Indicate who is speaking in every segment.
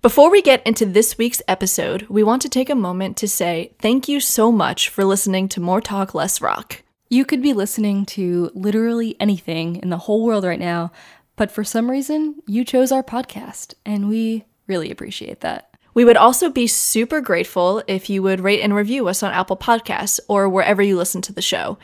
Speaker 1: Before we get into this week's episode, we want to take a moment to say thank you so much for listening to More Talk Less Rock.
Speaker 2: You could be listening to literally anything in the whole world right now, but for some reason, you chose our podcast, and we really appreciate that.
Speaker 1: We would also be super grateful if you would rate and review us on Apple Podcasts or wherever you listen to the show.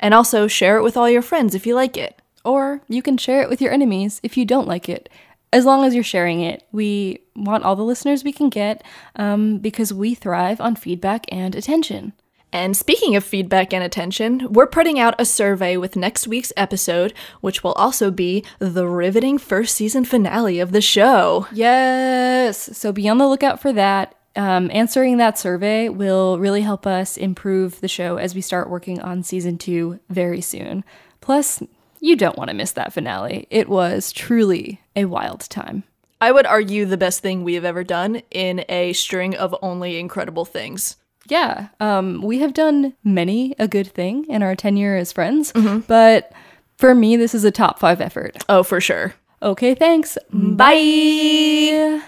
Speaker 1: And also share it with all your friends if you like it.
Speaker 2: Or you can share it with your enemies if you don't like it. As long as you're sharing it, we want all the listeners we can get um, because we thrive on feedback and attention.
Speaker 1: And speaking of feedback and attention, we're putting out a survey with next week's episode, which will also be the riveting first season finale of the show.
Speaker 2: Yes. So be on the lookout for that. Um, answering that survey will really help us improve the show as we start working on season two very soon. Plus, you don't want to miss that finale. It was truly a wild time.
Speaker 1: I would argue the best thing we have ever done in a string of only incredible things.
Speaker 2: Yeah, um, we have done many a good thing in our tenure as friends,
Speaker 3: Mm-hmm.
Speaker 2: but for me, this is a top five effort.
Speaker 1: Oh, for sure.
Speaker 2: Okay, thanks. Bye.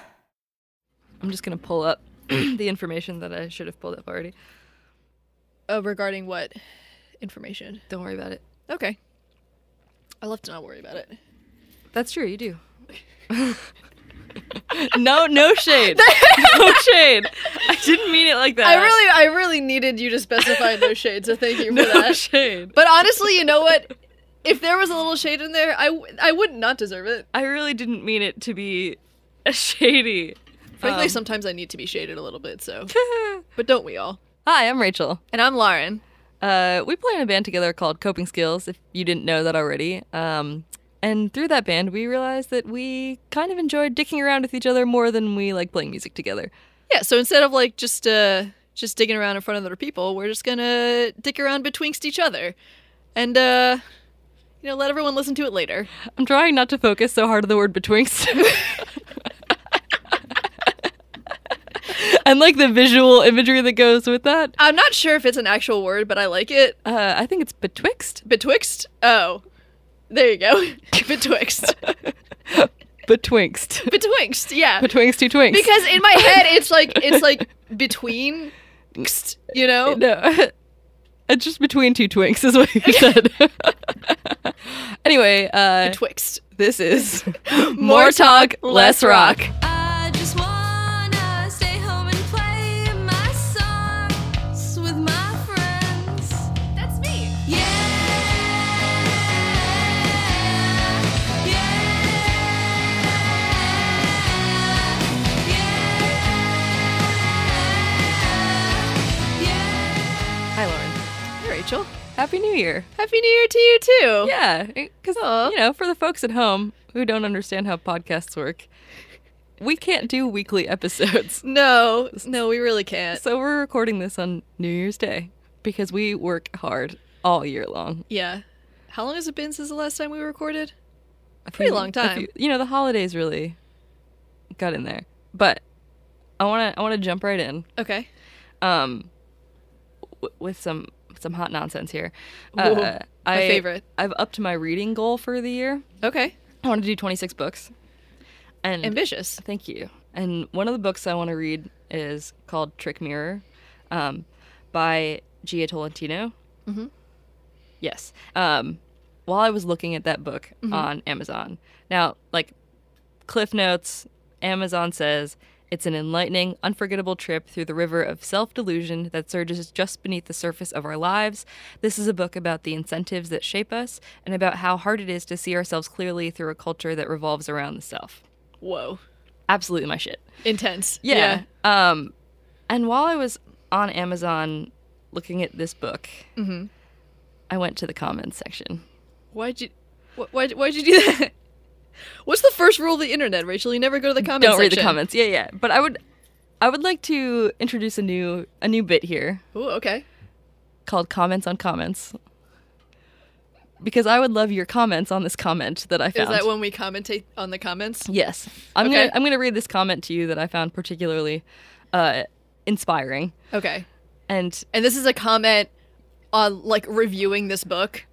Speaker 3: I'm just gonna pull up the information that I should have pulled up already.
Speaker 1: Oh, regarding what information?
Speaker 3: Don't worry about it.
Speaker 1: Okay. I love to not worry about it.
Speaker 3: That's true. You do. no, no shade. no shade. I didn't mean it like that.
Speaker 1: I really, I really needed you to specify no shade, so thank you for
Speaker 3: no
Speaker 1: that.
Speaker 3: shade.
Speaker 1: But honestly, you know what? If there was a little shade in there, I, w- I would not deserve it.
Speaker 3: I really didn't mean it to be shady.
Speaker 1: Frankly,
Speaker 3: Um,
Speaker 1: sometimes I need to be shaded a little bit, so. but don't we all?
Speaker 3: Hi, I'm Rachel.
Speaker 1: And I'm Lauren.
Speaker 3: Uh, we play in a band together called Coping Skills, if you didn't know that already. Um, and through that band, we realized that we kind of enjoyed dicking around with each other more than we like playing music together.
Speaker 1: Yeah, so instead of like just uh just digging around in front of other people, we're just gonna dick around betwixt each other. And uh you know, let everyone listen to it later.
Speaker 3: I'm trying not to focus so hard on the word betwixt. and like the visual imagery that goes with that.
Speaker 1: I'm not sure if it's an actual word, but I like it.
Speaker 3: Uh, I think it's betwixt.
Speaker 1: Betwixt? Oh. There you go. Betwixt.
Speaker 3: Betwixt.
Speaker 1: Betwixt, yeah.
Speaker 3: Betwixt two twinks.
Speaker 1: Because in my head it's like it's like between you know?
Speaker 3: no. It's just between two twinks is what you said. anyway, uh
Speaker 1: Betwixt.
Speaker 3: this is
Speaker 1: More Talk, Less Rock.
Speaker 4: I just wanna stay home and play my songs with my friends. That's me. Yeah. Yeah. Yeah. Yeah.
Speaker 3: Hi Lauren.
Speaker 1: Hey, Rachel.
Speaker 3: Happy New Year.
Speaker 1: Happy New Year to you too.
Speaker 3: Yeah, because you know, for the folks at home who don't understand how podcasts work, we can't do weekly episodes.
Speaker 1: No, no, we really can't.
Speaker 3: So we're recording this on New Year's Day because we work hard all year long.
Speaker 1: Yeah. How long has it been since the last time we recorded?
Speaker 3: A
Speaker 1: Pretty
Speaker 3: few-
Speaker 1: long
Speaker 3: a
Speaker 1: time.
Speaker 3: few- you know, the holidays really got in there, but I want to I want to jump right in
Speaker 1: Okay.
Speaker 3: um, w- with some some hot nonsense here. Uh,
Speaker 1: Ooh,
Speaker 3: I,
Speaker 1: my favorite.
Speaker 3: I've upped my reading goal for the year.
Speaker 1: Okay.
Speaker 3: I want to do 26 books. And
Speaker 1: Ambitious.
Speaker 3: Thank you. And one of the books I want to read is called Trick Mirror um, by Gia Tolentino. Mm-hmm. Yes. Um, while I was looking at that book on Amazon, now, like, Cliff Notes, Amazon says it's an enlightening, unforgettable trip through the river of self delusion that surges just beneath the surface of our lives. This is a book about the incentives that shape us and about how hard it is to see ourselves clearly through a culture that revolves around the self
Speaker 1: Whoa.
Speaker 3: absolutely my shit.
Speaker 1: Intense.
Speaker 3: Yeah. Um, and while I was on Amazon looking at this book,
Speaker 1: Mm-hmm.
Speaker 3: I went to the comments section.
Speaker 1: Why'd you wh- why'd, why'd you do that? What's the first rule of the internet, Rachel? You never go to the comments
Speaker 3: Don't read the
Speaker 1: section.
Speaker 3: comments. Yeah, yeah. But I would, I would like to introduce a new a new bit here
Speaker 1: Ooh, okay.
Speaker 3: called comments on comments. Because I would love your comments on this comment that I
Speaker 1: Is
Speaker 3: found.
Speaker 1: that when we commentate on the comments?
Speaker 3: Yes. I'm
Speaker 1: Okay.
Speaker 3: gonna I'm gonna read this comment to you that I found particularly uh, inspiring.
Speaker 1: Okay.
Speaker 3: And
Speaker 1: And this is a comment on like reviewing this book.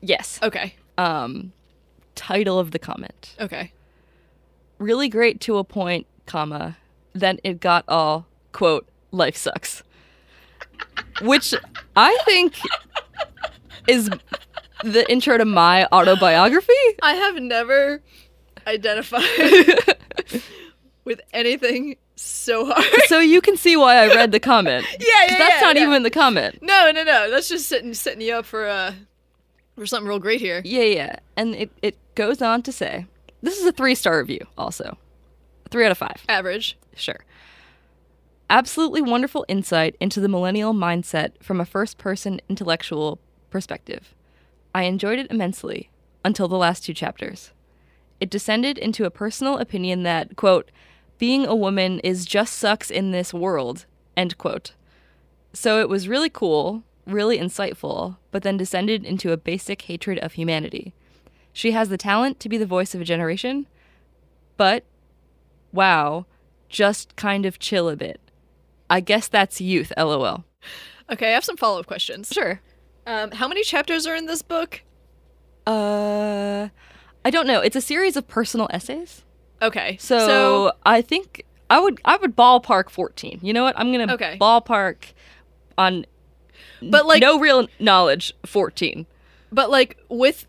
Speaker 3: yes,
Speaker 1: Okay.
Speaker 3: um, title of the comment.
Speaker 1: Okay.
Speaker 3: really great to a point, comma, then it got all, quote, life sucks. Which I think is the intro to my autobiography.
Speaker 1: I have never identified
Speaker 3: so
Speaker 1: with anything so hard.
Speaker 3: you can see why I read the comment.
Speaker 1: yeah, yeah,
Speaker 3: 'Cause that's
Speaker 1: yeah,
Speaker 3: not
Speaker 1: yeah.
Speaker 3: even the comment.
Speaker 1: No, no, no. That's just setting setting you up for uh for something real great here.
Speaker 3: Yeah, yeah. And it, it goes on to say this is a three star review, also. Three out of five.
Speaker 1: Average.
Speaker 3: Sure. Absolutely wonderful insight into the millennial mindset from a first person intellectual perspective. I enjoyed it immensely until the last two chapters. It descended into a personal opinion that, quote, being a woman is just sucks in this world, end quote. So it was really cool, really insightful, but then descended into a basic hatred of humanity. She has the talent to be the voice of a generation, but wow, just kind of chill a bit. I guess that's youth, lol.
Speaker 1: Okay, I have some follow up questions.
Speaker 3: Sure.
Speaker 1: Um, how many chapters are in this book?
Speaker 3: Uh, I don't know. It's a series of personal essays.
Speaker 1: Okay,
Speaker 3: So, I think I would I would ballpark 14. You know what? I'm going to
Speaker 1: Okay.
Speaker 3: ballpark on
Speaker 1: but like,
Speaker 3: no real knowledge 14.
Speaker 1: but like with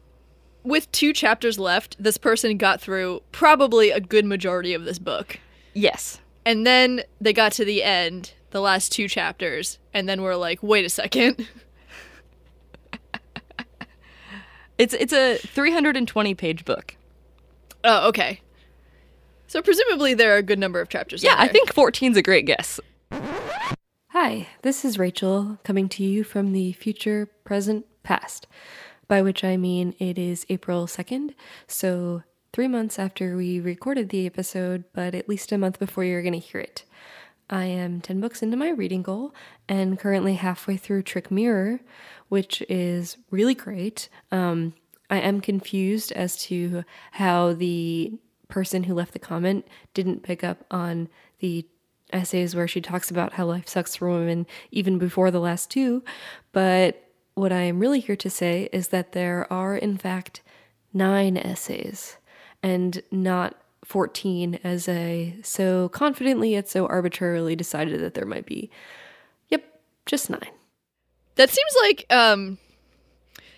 Speaker 1: with two chapters left, this person got through probably a good majority of this book,
Speaker 3: Yes.
Speaker 1: and then they got to the end, the last two chapters, and then we're like, wait a second.
Speaker 3: It's it's a 320 page book.
Speaker 1: Oh, okay. So presumably there are a good number of chapters. in
Speaker 3: Yeah, I
Speaker 1: there.
Speaker 3: think 14's a great guess.
Speaker 2: Hi, this is Rachel coming to you from the future, present, past, by which I mean it is April 2nd, so three months after we recorded the episode, but at least a month before you're going to hear it. I am 10 books into my reading goal and currently halfway through Trick Mirror, which is really great. Um, I am confused as to how the person who left the comment didn't pick up on the essays where she talks about how life sucks for women even before the last two. But what I am really here to say is that there are, in fact, nine essays and not 14 as I so confidently yet so arbitrarily decided that there might be. Yep, just nine.
Speaker 1: That seems like um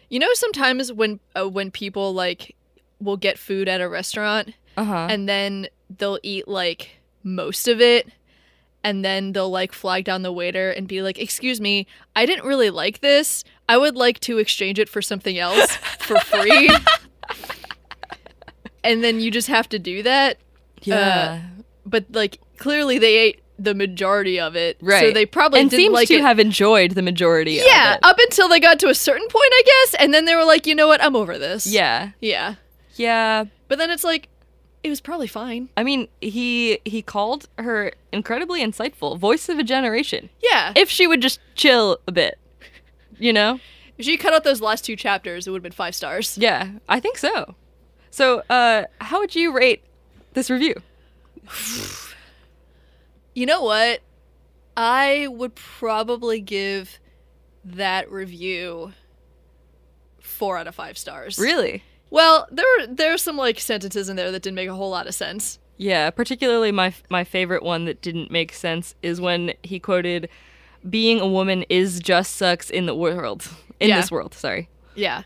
Speaker 1: you know sometimes when uh, when people like will get food at a restaurant
Speaker 3: Uh-huh.
Speaker 1: and then they'll eat like most of it and then they'll like flag down the waiter and be like, "Excuse me, I didn't really like this. I would like to exchange it for something else for free." and then you just have to do that,
Speaker 3: yeah.
Speaker 1: but like clearly they ate the majority of it. So
Speaker 3: Right.
Speaker 1: they probably
Speaker 3: and
Speaker 1: didn't
Speaker 3: seems
Speaker 1: like
Speaker 3: to
Speaker 1: it
Speaker 3: have enjoyed the majority of
Speaker 1: yeah, oh,
Speaker 3: it.
Speaker 1: up until they got to a certain point, I guess, and then they were like, you know what, I'm over this.
Speaker 3: Yeah.
Speaker 1: Yeah.
Speaker 3: Yeah.
Speaker 1: But then it's like, it was probably fine.
Speaker 3: I mean, he he called her incredibly insightful, voice of a generation.
Speaker 1: Yeah.
Speaker 3: If she would just chill a bit, you know?
Speaker 1: If she cut out those last two chapters, it would have been five stars.
Speaker 3: Yeah, I think so. So, uh, how would you rate this review?
Speaker 1: You know what? I would probably give that review four out of five stars.
Speaker 3: Really?
Speaker 1: Well, there were there are some like sentences in there that didn't make a whole lot of sense.
Speaker 3: Yeah, particularly my my favorite one that didn't make sense is when he quoted, "Being a woman is just sucks in the world, in
Speaker 1: Yeah.
Speaker 3: this world." Sorry.
Speaker 1: Yeah.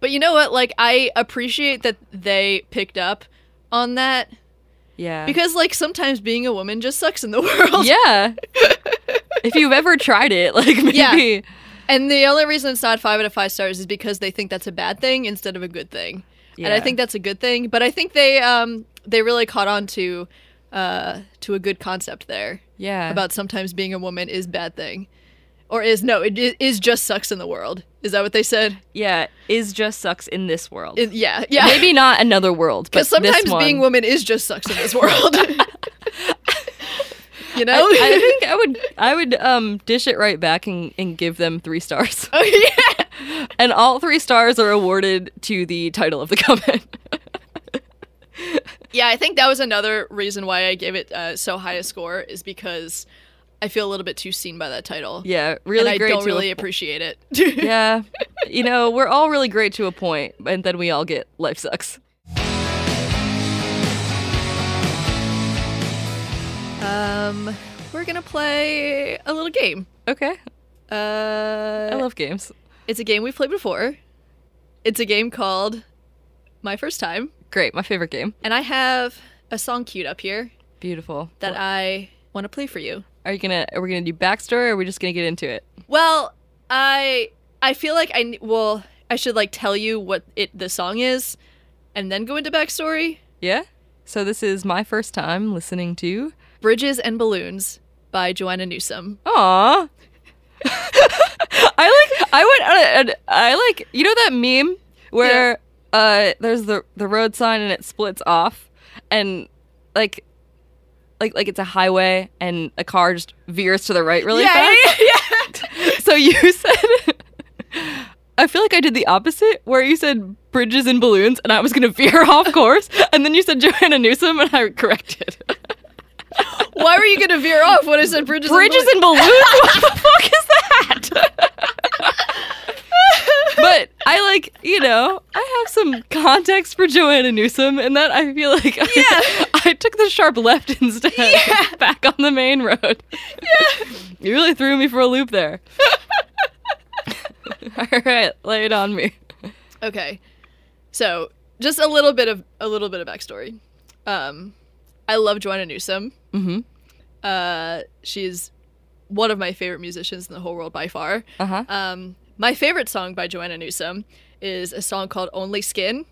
Speaker 1: But you know what? Like I appreciate that they picked up on that
Speaker 3: Yeah.
Speaker 1: Because like sometimes being a woman just sucks in the world.
Speaker 3: yeah. if you've ever tried it, like maybe.
Speaker 1: Yeah. And the only reason it's not five out of five stars is because they think that's a bad thing instead of a good thing. And I
Speaker 3: Yeah.
Speaker 1: think that's a good thing. But I think they um they really caught on to uh to a good concept there
Speaker 3: Yeah.
Speaker 1: about sometimes being a woman is bad thing. Or is no, it i- is just sucks in the world. Is that what they said?
Speaker 3: yeah, is just sucks in this world.
Speaker 1: Is- yeah, yeah.
Speaker 3: Maybe not another world, but
Speaker 1: because sometimes
Speaker 3: this one.
Speaker 1: being woman is just sucks in this world. you
Speaker 3: I,
Speaker 1: know?
Speaker 3: I think I would I would um dish it right back and, and give them three stars.
Speaker 1: oh yeah.
Speaker 3: And all three stars are awarded to the title of the comment.
Speaker 1: Yeah, I think that was another reason why I gave it uh, so high a score is because I feel a little bit too seen by that title.
Speaker 3: yeah, really
Speaker 1: and I
Speaker 3: great.
Speaker 1: don't
Speaker 3: to
Speaker 1: really
Speaker 3: a,
Speaker 1: appreciate it.
Speaker 3: yeah, you know we're all really great to a point, and then we all get life sucks.
Speaker 1: Um, we're gonna play a little game.
Speaker 3: Okay.
Speaker 1: Uh,
Speaker 3: I love games.
Speaker 1: it's a game we've played before. It's a game called My First Time,
Speaker 3: Great. My favorite game.
Speaker 1: and I have a song queued up here
Speaker 3: Beautiful.
Speaker 1: that I want to play for you.
Speaker 3: Are you gonna? Are we gonna do backstory? or Are we just gonna get into it?
Speaker 1: Well, I I feel like I n- well I should like tell you what it the song is, and then go into backstory.
Speaker 3: Yeah. So this is my first time listening to.
Speaker 1: Bridges and Balloons by Joanna Newsom.
Speaker 3: Aw. I like. I went. on a- I like. You know that meme where uh, there's the the road sign and it splits off, and like. Like, like it's a highway and a car just veers to the right really fast. So you said, I feel like I did the opposite, where you said bridges and balloons, and I was gonna veer off course, and then you said Joanna Newsom, and I corrected.
Speaker 1: Why were you gonna veer off when I said bridges?
Speaker 3: bridges
Speaker 1: and
Speaker 3: and balloons? what the fuck is that? but I like, you know, I have some context for Joanna Newsom, and that I feel like I, I took the sharp left instead, back on the main road. Yeah, you really threw me for a loop there. All right, lay it on me.
Speaker 1: Balloons? okay, so just a little bit of a little bit of backstory. Um, I love Joanna Newsom.
Speaker 3: Mm-hmm.
Speaker 1: Uh, she's one of my favorite musicians in the whole world by far.
Speaker 3: Uh huh.
Speaker 1: Um, my favorite song by Joanna Newsom is a song called "Only Skin."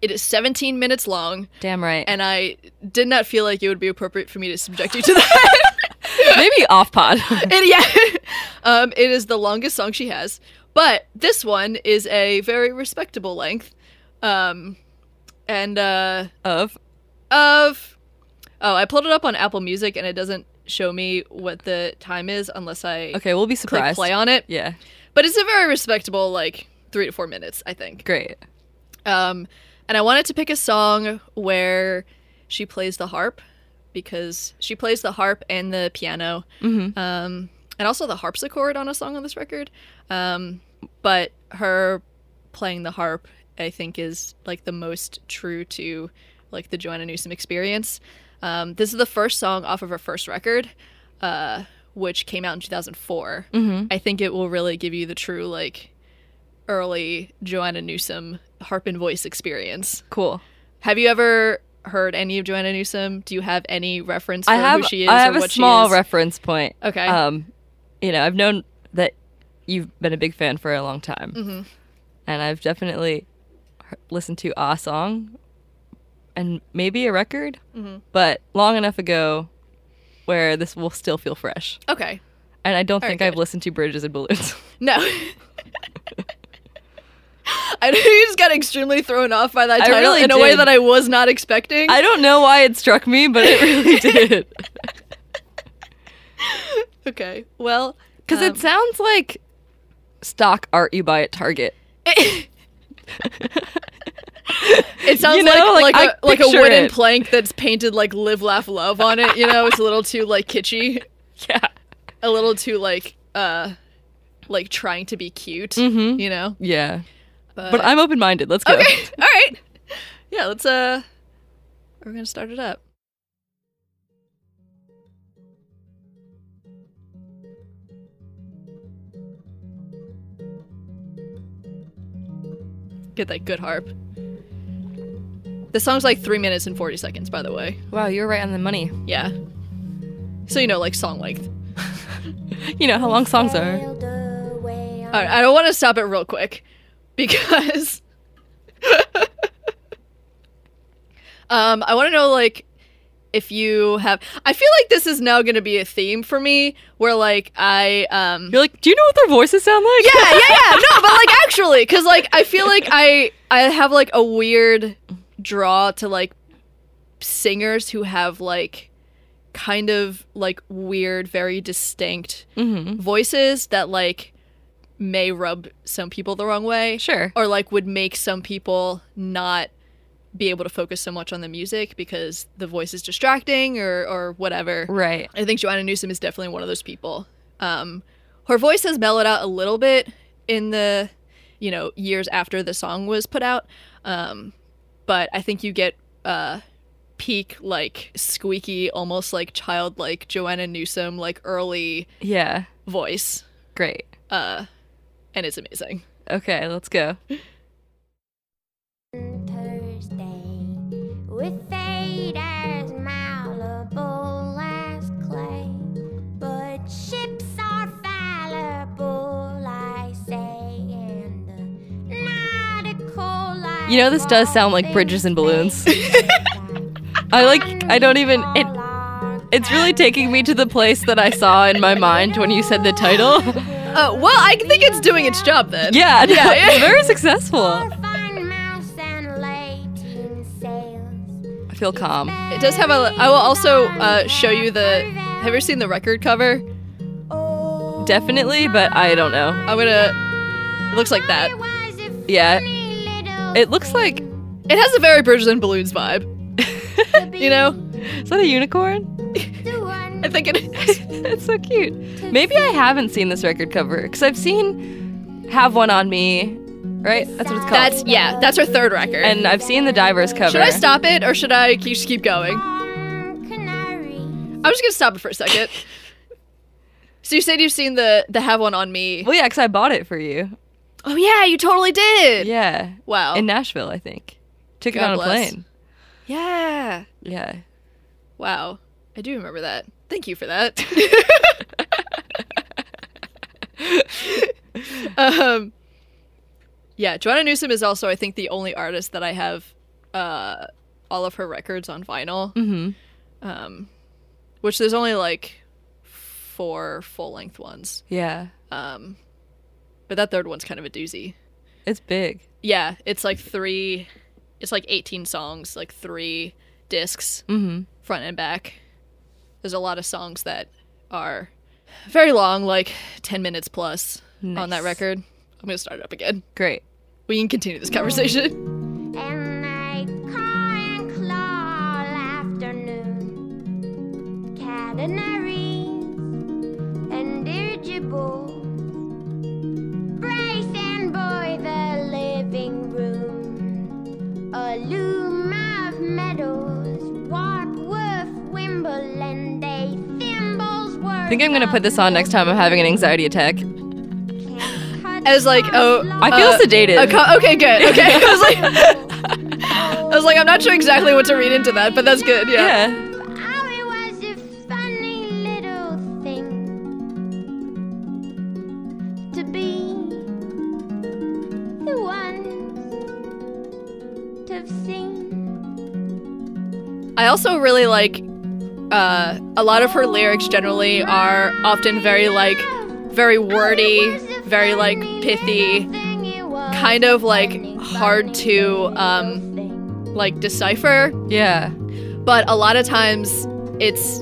Speaker 1: It is 17 minutes long,
Speaker 3: Damn right.
Speaker 1: and I did not feel like it would be appropriate for me to subject you to that.
Speaker 3: maybe off pod.
Speaker 1: And yeah, um, it is the longest song she has. But this one is a very respectable length, um, and uh,
Speaker 3: of
Speaker 1: of oh, I pulled it up on Apple Music and it doesn't show me what the time is unless I
Speaker 3: okay, we'll be
Speaker 1: click
Speaker 3: surprised.
Speaker 1: play on it.
Speaker 3: Yeah,
Speaker 1: But it's a very respectable like three to four minutes, I think.
Speaker 3: great.
Speaker 1: Um, and I wanted to pick a song where she plays the harp because she plays the harp and the piano,
Speaker 3: Mhm.
Speaker 1: um, and also the harpsichord on a song on this record. Um, but her playing the harp, I think, is like the most true to like the Joanna Newsom experience. Um, this is the first song off of her first record, uh, which came out in 2004.
Speaker 3: Mm-hmm.
Speaker 1: I think it will really give you the true like early Joanna Newsom harp and voice experience.
Speaker 3: Cool.
Speaker 1: Have you ever heard any of Joanna Newsom? Do you have any reference for
Speaker 3: I have
Speaker 1: who she is
Speaker 3: I have
Speaker 1: or
Speaker 3: a
Speaker 1: what she
Speaker 3: small
Speaker 1: is?
Speaker 3: reference point.
Speaker 1: okay.
Speaker 3: Um, you know, I've known that you've been a big fan for a long time,
Speaker 1: Mhm.
Speaker 3: and I've definitely he- listened to a song, and maybe a record,
Speaker 1: Mhm.
Speaker 3: but long enough ago where this will still feel fresh.
Speaker 1: Okay.
Speaker 3: And I don't
Speaker 1: All right,
Speaker 3: think I've
Speaker 1: good.
Speaker 3: listened to Bridges and Balloons.
Speaker 1: No. I know you just got extremely thrown off by that
Speaker 3: I
Speaker 1: title
Speaker 3: really
Speaker 1: in a way
Speaker 3: did.
Speaker 1: that I was not expecting.
Speaker 3: I don't know why it struck me, but it really did.
Speaker 1: okay. Well,
Speaker 3: Because
Speaker 1: Um,
Speaker 3: it sounds like stock art you buy at Target.
Speaker 1: it, it sounds
Speaker 3: You know,
Speaker 1: like
Speaker 3: like,
Speaker 1: like, a
Speaker 3: I
Speaker 1: like a
Speaker 3: picture
Speaker 1: wooden
Speaker 3: it.
Speaker 1: plank that's painted like live laugh love on it, you know? It's a little too like kitschy.
Speaker 3: Yeah.
Speaker 1: a little too like uh like trying to be cute
Speaker 3: Mm-hmm.
Speaker 1: you know
Speaker 3: Yeah. But I'm open minded. Let's go.
Speaker 1: okay all right yeah let's uh we're gonna start it up get that good harp this song's like three minutes and 40 seconds by the way
Speaker 3: Wow, you were right on the money.
Speaker 1: yeah so you know like song length
Speaker 3: You know how long songs are.
Speaker 1: All right, I don't want to stop it real quick because um, I want to know like if you have. I feel like this is now going to be a theme for me where like I um.
Speaker 3: You're like, do you know what their voices sound like?
Speaker 1: yeah, yeah, yeah. No, but like actually, because like I feel like I I have like a weird draw to like singers who have like kind of like weird, very distinct
Speaker 3: Mm-hmm.
Speaker 1: voices that like may rub some people the wrong way
Speaker 3: Sure.
Speaker 1: or like would make some people not be able to focus so much on the music because the voice is distracting or or whatever.
Speaker 3: Right.
Speaker 1: I think Joanna Newsom is definitely one of those people. Um her voice has mellowed out a little bit in the you know years after the song was put out. Um but I think you get uh peak like squeaky, almost like childlike Joanna Newsom like early
Speaker 3: Yeah.
Speaker 1: voice.
Speaker 3: Great.
Speaker 1: Uh and it's amazing.
Speaker 3: Okay, let's go.
Speaker 5: Thursday with fate as malleable as clay, but ships are fallible, I say, and the nautical life
Speaker 3: You know, this does sound like
Speaker 5: of
Speaker 3: Bridges and Balloons.
Speaker 5: things
Speaker 3: I like, I don't even, it,
Speaker 5: are
Speaker 3: it's really taking me to the place that I saw in my mind when you said the title.
Speaker 1: Uh well, I think it's doing its job then.
Speaker 3: yeah, no,
Speaker 1: Yeah, yeah.
Speaker 3: very successful.
Speaker 5: fine mouse and lateen sails.
Speaker 3: I feel calm.
Speaker 1: It does have a I will also uh show you the have you ever seen the record cover?
Speaker 5: Oh,
Speaker 3: Definitely, but I don't know.
Speaker 1: I'm gonna it looks like that.
Speaker 5: it Oh, was a
Speaker 3: Yeah,
Speaker 5: funny little
Speaker 3: it looks like,
Speaker 1: It has a very Bridges and Balloons vibe. you know?
Speaker 3: is that a unicorn?
Speaker 5: The one
Speaker 1: I think it is.
Speaker 3: It's so cute. Maybe I haven't seen this record cover because I've seen Have One on Me, right? That's what it's called.
Speaker 1: That's yeah, that's our third record.
Speaker 3: and I've seen the Divers cover.
Speaker 1: should I stop it or should I keep, just keep going?
Speaker 5: um, canary.
Speaker 1: I'm just gonna stop it for a second. so you said you've seen the the have one on me.
Speaker 3: Well, yeah, because I bought it for you.
Speaker 1: Oh yeah, you totally did.
Speaker 3: Yeah.
Speaker 1: Wow.
Speaker 3: In Nashville, I think. Took it
Speaker 1: Oh. God
Speaker 3: on a
Speaker 1: bless.
Speaker 3: plane.
Speaker 1: yeah.
Speaker 3: Yeah.
Speaker 1: Wow. I do remember that. Thank you for that. um, yeah, Joanna Newsom is also, I think, the only artist that I have uh, all of her records on vinyl,
Speaker 3: Mm-hmm.
Speaker 1: um, which there's only like four full length ones.
Speaker 3: Yeah.
Speaker 1: Um, but that third one's kind of a doozy.
Speaker 3: It's big.
Speaker 1: Yeah, it's like three. It's like 18 songs, like three discs,
Speaker 3: Mm-hmm.
Speaker 1: front and back. There's a lot of songs that are very long, like 10 minutes plus on that
Speaker 3: Nice.
Speaker 1: record. I'm going to start it up again.
Speaker 3: Great.
Speaker 1: We can continue this conversation.
Speaker 5: And I caw and claw all afternoon. Canaries and dirigibles. Brace and boy the living room. A loom of meadows, warp, woof, wimble, and they thimbles were.
Speaker 3: I think I'm gonna put this on next time I'm having an anxiety attack.
Speaker 1: I was like, oh.
Speaker 3: I feel
Speaker 1: uh,
Speaker 3: sedated.
Speaker 1: a co- okay, good. Okay. I was like, I was like, I'm not sure exactly what to read into that, but that's good. Yeah.
Speaker 3: yeah.
Speaker 5: Oh, it was a funny little thing to be the ones to have seen.
Speaker 1: I also really like uh, a lot of her lyrics. Generally, are often very like
Speaker 5: Oh,
Speaker 1: very wordy, very like pithy. kind of, like, hard to, um, like decipher
Speaker 3: Yeah.
Speaker 1: but a lot of times it's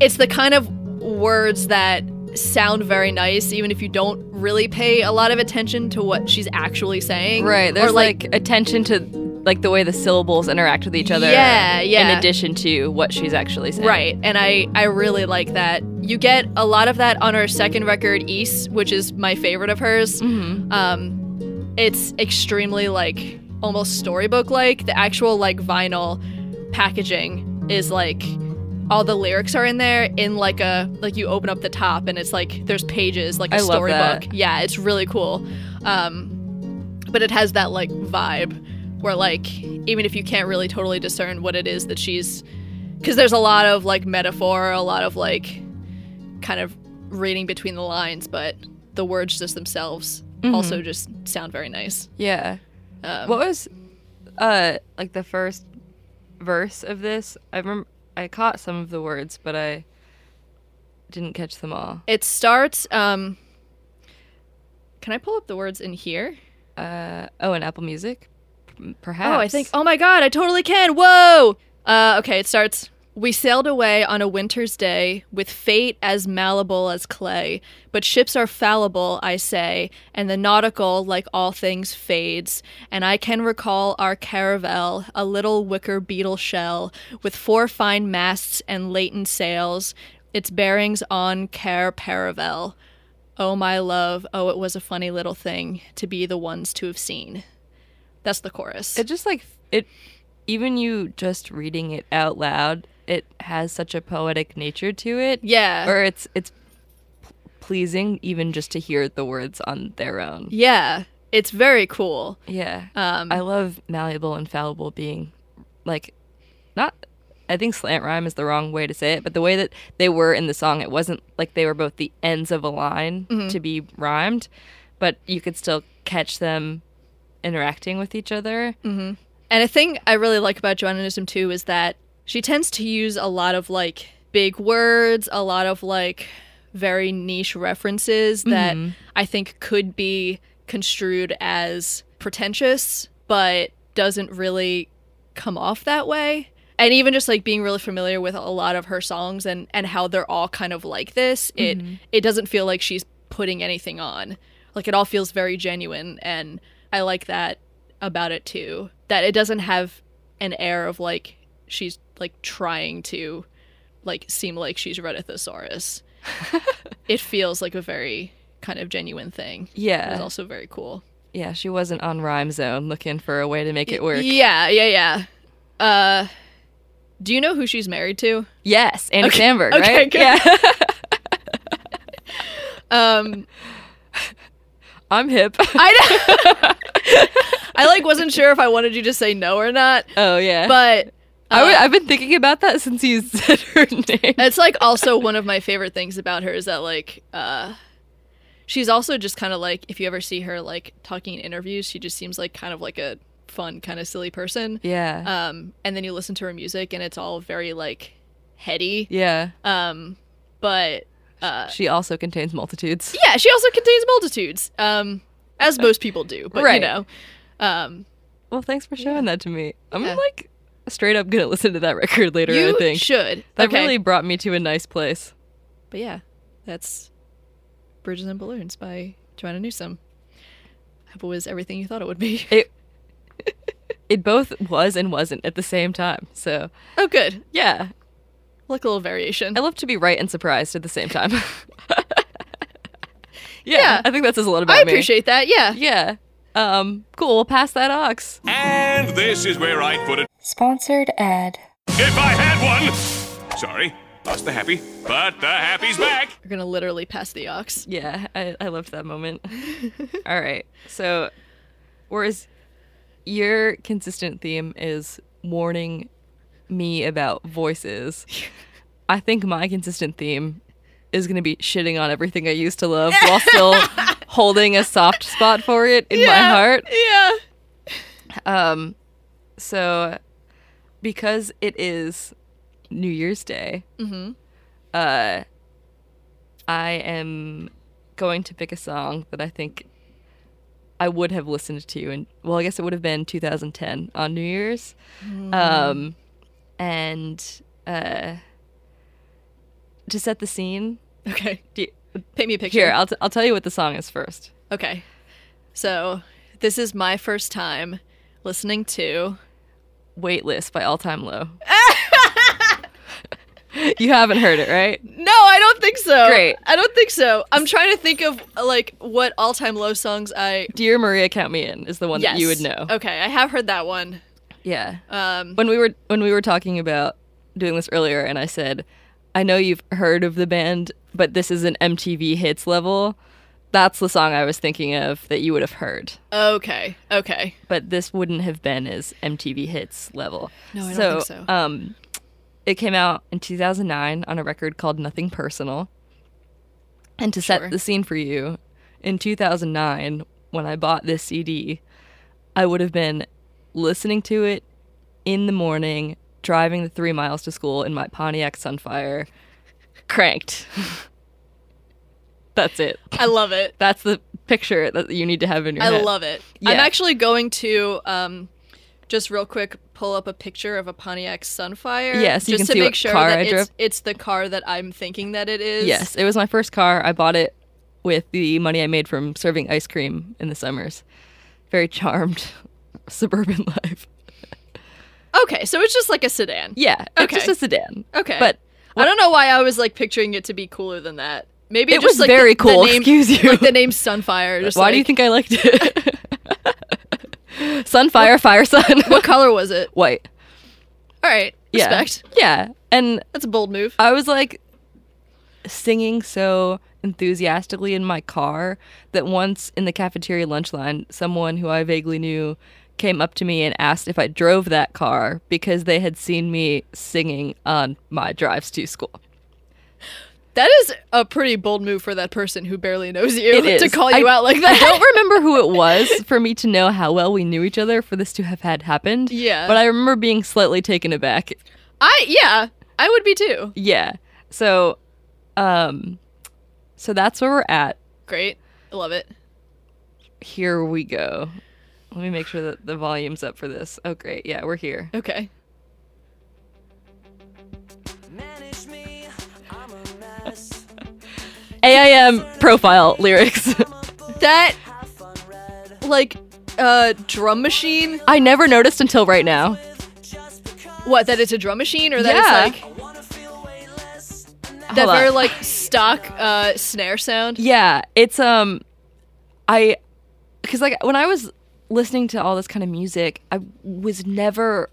Speaker 1: it's the kind of words that sound very nice even if you don't really pay a lot of attention to what she's actually saying
Speaker 3: Right. There's
Speaker 1: or
Speaker 3: like, attention to like the way the syllables interact with each other.
Speaker 1: Yeah,
Speaker 3: In
Speaker 1: yeah.
Speaker 3: addition to what she's actually saying.
Speaker 1: right and i i really like that you get a lot of that on her second record east which is my favorite of hers
Speaker 3: Mm-hmm.
Speaker 1: um it's extremely like almost storybook like the actual like vinyl packaging is like all the lyrics are in there in like a like you open up the top and it's like there's pages like a
Speaker 3: I love
Speaker 1: storybook
Speaker 3: that.
Speaker 1: yeah it's really cool um but it has that like vibe where like even if you can't really totally discern what it is that she's because there's a lot of like metaphor a lot of like kind of reading between the lines but the words just themselves also just sound very nice
Speaker 3: Yeah.
Speaker 1: um,
Speaker 3: What was uh like the first verse of this? I remember I caught some of the words, but I didn't catch them all.
Speaker 1: it starts um can i pull up the words in here
Speaker 3: Uh oh, and Apple Music, P- perhaps.
Speaker 1: Oh, I think. Oh my God, I totally can. Whoa. Uh, okay, it starts. We sailed away on a winter's day with fate as malleable as clay. But ships are fallible, I say, and the nautical, like all things, fades. And I can recall our caravel, a little wicker beetle shell, with four fine masts and latent sails, its bearings on care paravel. Oh, my love, oh, it was a funny little thing to be the ones to have seen. That's the chorus.
Speaker 3: it just like it even you just reading it out loud, it has such a poetic nature to it.
Speaker 1: Yeah.
Speaker 3: Or it's it's p- pleasing even just to hear the words on their own.
Speaker 1: yeah. It's very cool.
Speaker 3: Yeah.
Speaker 1: Um,
Speaker 3: I love malleable and fallible being like not I think slant rhyme is the wrong way to say it, but the way that they were in the song, it wasn't like they were both the ends of a line
Speaker 1: Mm-hmm.
Speaker 3: to be rhymed, but you could still catch them interacting with each other.
Speaker 1: And a thing I really like about Joannaism too is that she tends to use a lot of like big words, a lot of like very niche references that I think could be construed as pretentious, but doesn't really come off that way. And even just like being really familiar with a lot of her songs and and how they're all kind of like this, it it doesn't feel like she's putting anything on. Like it all feels very genuine and I like that about it too. That it doesn't have an air of like she's like trying to like seem like she's read a thesaurus. it feels like a very kind of genuine thing. It was
Speaker 3: Yeah.
Speaker 1: also very cool.
Speaker 3: Yeah, she wasn't on rhyme zone looking for a way to make it work.
Speaker 1: Yeah, yeah, yeah. Uh do you know who she's married to?
Speaker 3: Yes, Andy
Speaker 1: Okay.
Speaker 3: Samberg,
Speaker 1: Okay,
Speaker 3: right?
Speaker 1: good.
Speaker 3: Yeah.
Speaker 1: Um
Speaker 3: I'm hip.
Speaker 1: I I like wasn't sure if I wanted you to say no or not,
Speaker 3: oh yeah.
Speaker 1: but
Speaker 3: I w-
Speaker 1: uh,
Speaker 3: I've been thinking about that since you said her name.
Speaker 1: it's like also one of my favorite things about her is that like uh she's also just kind of like if you ever see her like talking in interviews she just seems like kind of like a fun kind of silly person
Speaker 3: Yeah.
Speaker 1: um and then you listen to her music and it's all very like heady
Speaker 3: yeah.
Speaker 1: um but uh
Speaker 3: She also contains multitudes.
Speaker 1: yeah she also contains multitudes um as most people do but you
Speaker 3: Right.
Speaker 1: know um
Speaker 3: Well, thanks for showing that to me. I'm
Speaker 1: Yeah.
Speaker 3: like straight up gonna listen to that record later.
Speaker 1: you
Speaker 3: I think
Speaker 1: should
Speaker 3: that
Speaker 1: okay
Speaker 3: really brought me to a nice place.
Speaker 1: but yeah that's bridges and balloons by joanna newsom I hope it was everything you thought it would be
Speaker 3: It it both was and wasn't at the same time. So
Speaker 1: oh good
Speaker 3: yeah,
Speaker 1: like a little variation.
Speaker 3: I love to be right and surprised at the same time. yeah,
Speaker 1: Yeah.
Speaker 3: I think that says a lot about
Speaker 1: I
Speaker 3: me.
Speaker 1: appreciate that. Yeah.
Speaker 3: Yeah. Um. Cool. We'll pass that ox.
Speaker 6: And this is where I'd put it.
Speaker 2: Sponsored ad.
Speaker 6: If I had one! Sorry, lost the happy, but the happy's back!
Speaker 1: We're gonna literally pass the ox.
Speaker 3: Yeah, I, I loved that moment. All right. So, whereas your consistent theme is warning me about voices, I think my consistent theme is going to be shitting on everything I used to love while still holding a soft spot for it in my heart.
Speaker 1: Yeah.
Speaker 3: Um, so, because it is New Year's Day, uh, I am going to pick a song that I think I would have listened to, and well, I guess it would have been 2010 on New Year's, um, and uh, to set the scene.
Speaker 1: Okay.
Speaker 3: Do you,
Speaker 1: Paint me a picture.
Speaker 3: here, I'll, t- I'll tell you what the song is first.
Speaker 1: okay. So this is my first time listening to.
Speaker 3: Waitlist by All Time Low. you haven't heard it, right?
Speaker 1: No, I don't think so.
Speaker 3: Great.
Speaker 1: I don't think so. I'm trying to think of like what all-time low songs I.
Speaker 3: Dear Maria, Count Me In is the one
Speaker 1: Yes. Oh.
Speaker 3: that you would know.
Speaker 1: Okay, I have heard that one.
Speaker 3: Yeah.
Speaker 1: Um.
Speaker 3: When we were when we were talking about doing this earlier, and I said, I know you've heard of the band, but this is an MTV hits level. That's the song I was thinking of that you would have heard,
Speaker 1: Okay. Okay.
Speaker 3: but this wouldn't have been as MTV hits level.
Speaker 1: No, I don't think so.
Speaker 3: Um, it came out in 2009 on a record called Nothing Personal. And to
Speaker 1: Sure.
Speaker 3: set the scene for you, in 2009, when I bought this CD, I would have been listening to it in the morning, driving the three miles to school in my Pontiac Sunfire, cranked. That's it.
Speaker 1: I love it.
Speaker 3: That's the picture that you need to have in your
Speaker 1: I
Speaker 3: head.
Speaker 1: love it. I'm
Speaker 3: Yeah.
Speaker 1: actually going to um, just real quick pull up a picture of a Pontiac Sunfire.
Speaker 3: Yes, you
Speaker 1: just
Speaker 3: can
Speaker 1: to
Speaker 3: see
Speaker 1: make
Speaker 3: what
Speaker 1: sure
Speaker 3: car
Speaker 1: that
Speaker 3: I
Speaker 1: it's,
Speaker 3: drove.
Speaker 1: it's the car that I'm thinking that it is.
Speaker 3: Yes, it was my first car. I bought it with the money I made from serving ice cream in the summers. Very charmed suburban life.
Speaker 1: Okay, so it's just like a sedan.
Speaker 3: Yeah, it's
Speaker 1: Okay.
Speaker 3: just a sedan.
Speaker 1: Okay.
Speaker 3: But
Speaker 1: I don't know why I was like picturing it to be cooler than that. Maybe
Speaker 3: it
Speaker 1: just
Speaker 3: was
Speaker 1: like the-
Speaker 3: very
Speaker 1: the
Speaker 3: cool.
Speaker 1: name-
Speaker 3: Excuse you.
Speaker 1: Like the name Sunfire. Just
Speaker 3: Why do you
Speaker 1: like-
Speaker 3: think I liked it? sun, fire, fire, sun.
Speaker 1: What color was it?
Speaker 3: White.
Speaker 1: All right.
Speaker 3: Yeah. Uh,
Speaker 1: Respect.
Speaker 3: Yeah. And
Speaker 1: That's a bold move.
Speaker 3: I was like singing so enthusiastically in my car that once in the cafeteria lunch line, someone who I vaguely knew came up to me and asked if I drove that car because they had seen me singing on my drives to school.
Speaker 1: That is a pretty bold move for that person who barely knows you
Speaker 3: It is.
Speaker 1: to call you
Speaker 3: I-
Speaker 1: out like
Speaker 3: I
Speaker 1: that.
Speaker 3: don't remember who it was for me to know how well we knew each other for this to have had happened.
Speaker 1: Yeah.
Speaker 3: But I remember being slightly taken aback.
Speaker 1: I yeah, I would be too.
Speaker 3: Yeah. So um so that's where we're at.
Speaker 1: Great. I love it.
Speaker 3: Here we go. Let me make sure that the volume's up for this. Oh, great. Yeah, we're here.
Speaker 1: Okay.
Speaker 3: AIM profile lyrics.
Speaker 1: That like uh drum machine
Speaker 3: I never noticed until right now.
Speaker 1: what that it's a drum machine or that it's
Speaker 3: Yeah.
Speaker 1: like that
Speaker 3: Hold on.
Speaker 1: very like stock uh snare sound
Speaker 3: Yeah, it's um, I, because like when I was listening to all this kind of music, I was never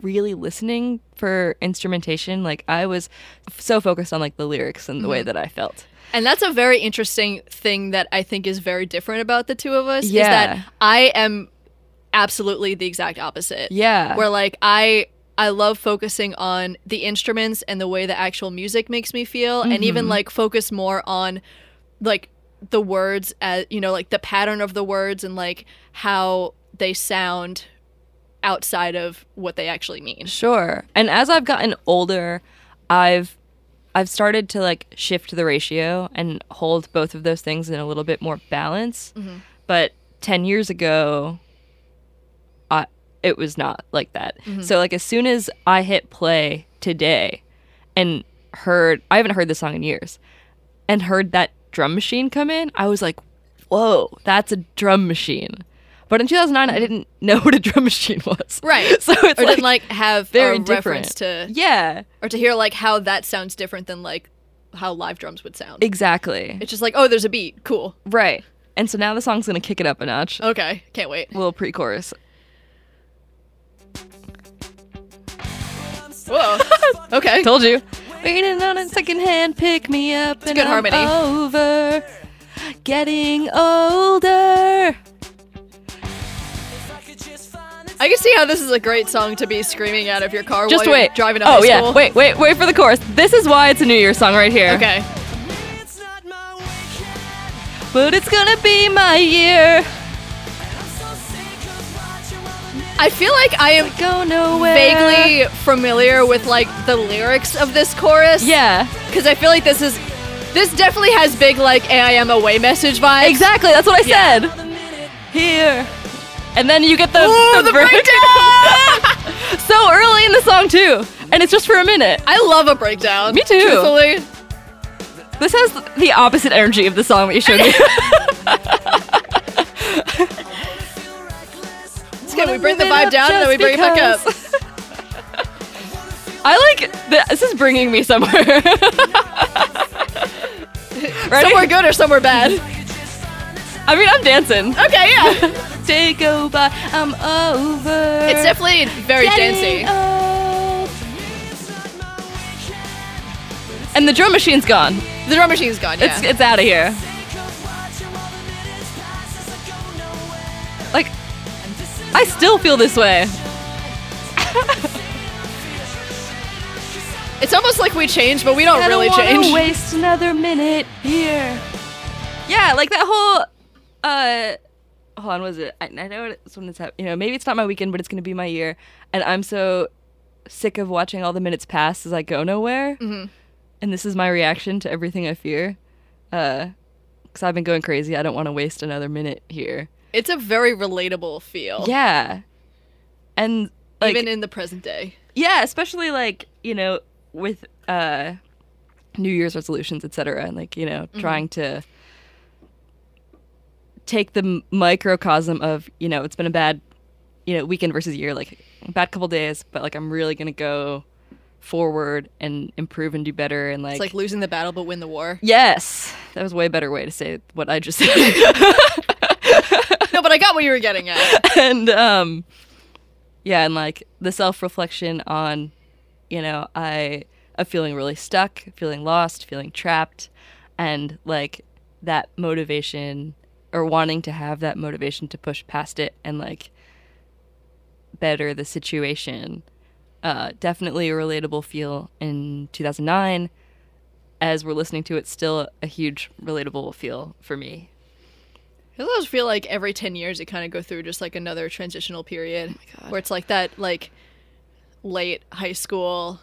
Speaker 3: really listening for instrumentation. Like I was f- so focused on like the lyrics and the way that I felt.
Speaker 1: and that's a very interesting thing that i think is very different about the two of us is
Speaker 3: Yeah.
Speaker 1: that i am absolutely the exact opposite
Speaker 3: Yeah,
Speaker 1: where like i i love focusing on the instruments and the way the actual music makes me feel and
Speaker 3: Mm-hmm.
Speaker 1: even like focus more on like the words as you know like the pattern of the words and like how they sound outside of what they actually mean
Speaker 3: Sure. And as I've gotten older, I've I've started to like shift the ratio and hold both of those things in a little bit more balance.
Speaker 1: Mm-hmm.
Speaker 3: But 10 years ago I it was not like that.
Speaker 1: Mm-hmm.
Speaker 3: So like as soon as I hit play today and heard I haven't heard this song in years and heard that drum machine come in, I was like, "Whoa, that's a drum machine." But in 2009, I didn't know what a drum machine was.
Speaker 1: Mm-hmm. Right.
Speaker 3: So it's
Speaker 1: or
Speaker 3: like,
Speaker 1: didn't like have
Speaker 3: very
Speaker 1: a reference
Speaker 3: different.
Speaker 1: to
Speaker 3: yeah
Speaker 1: or to hear like how that sounds different than like how live drums would sound
Speaker 3: exactly
Speaker 1: it's just like oh there's a beat cool
Speaker 3: right and so now the song's gonna kick it up a notch
Speaker 1: okay can't wait
Speaker 3: little pre-chorus
Speaker 1: whoa okay
Speaker 3: told you waiting on a second hand pick me up and
Speaker 1: good
Speaker 3: I'm
Speaker 1: harmony.
Speaker 3: over getting older
Speaker 1: I can see how this is a great song to be screaming out of your car
Speaker 3: just
Speaker 1: while
Speaker 3: wait
Speaker 1: you're driving to
Speaker 3: oh
Speaker 1: high
Speaker 3: yeah
Speaker 1: school.
Speaker 3: wait wait wait for the chorus this is why it's a new year's song right here
Speaker 1: Okay.
Speaker 3: but it's gonna be my year
Speaker 1: I feel like I am
Speaker 3: go nowhere
Speaker 1: vaguely familiar with like the lyrics of this chorus.
Speaker 3: yeah
Speaker 1: Because I feel like this is this definitely has big like AIM away message vibes.
Speaker 3: exactly that's what i said here and then you get the,
Speaker 1: Ooh, the
Speaker 3: break-
Speaker 1: breakdown.
Speaker 3: so early in the song too, and it's just for a minute.
Speaker 1: I love a breakdown.
Speaker 3: Me too.
Speaker 1: Truthfully,
Speaker 3: This has the opposite energy of the song that you showed me.
Speaker 1: it's good. We bring the vibe down and then we bring it back up.
Speaker 3: I like th- this is bringing me somewhere. Ready?
Speaker 1: Somewhere good or somewhere bad.
Speaker 3: I mean, I'm dancing.
Speaker 1: Okay, yeah.
Speaker 3: Take over, I'm over.
Speaker 1: It's definitely very dancey.
Speaker 3: Getting up. And the drum machine's gone.
Speaker 1: The drum machine's gone. Yeah.
Speaker 3: It's it's out of here. Like, I still feel this way.
Speaker 1: It's almost like we changed, but we don't really change.
Speaker 3: waste another minute here. Yeah, like that whole. Uh, hold on, was it? I, I know it's when it's hap- You know, maybe it's not my weekend, but it's gonna be my year, and I'm so sick of watching all the minutes pass as I go nowhere. Mm-hmm. And this is my reaction to everything I fear. Uh, because I've been going crazy. I don't want to waste another minute here.
Speaker 1: It's a very relatable feel.
Speaker 3: Yeah. And like
Speaker 1: even in the present day.
Speaker 3: yeah, especially like, you know, with uh New Year's resolutions, etc. and like, you know,
Speaker 1: Mm-hmm.
Speaker 3: trying to take the m- microcosm of, you know, it's been a bad, you know, weekend versus year, like bad couple days, but like I'm really going to go forward and improve and do better and
Speaker 1: It's like losing the battle but win the war.
Speaker 3: Yes, that was a way better way to say what I just said.
Speaker 1: no, but I got what you were getting at.
Speaker 3: and um yeah, and like the self reflection on, you know, I of feeling really stuck, feeling lost, feeling trapped, and like that motivation or wanting to have that motivation to push past it and like better the situation. Uh, definitely a relatable feel in 2009. As we're listening to it, still a huge relatable feel for me.
Speaker 1: I always feel like every 10 years you kind of go through just like another transitional
Speaker 3: Oh
Speaker 1: period where it's like that like late high school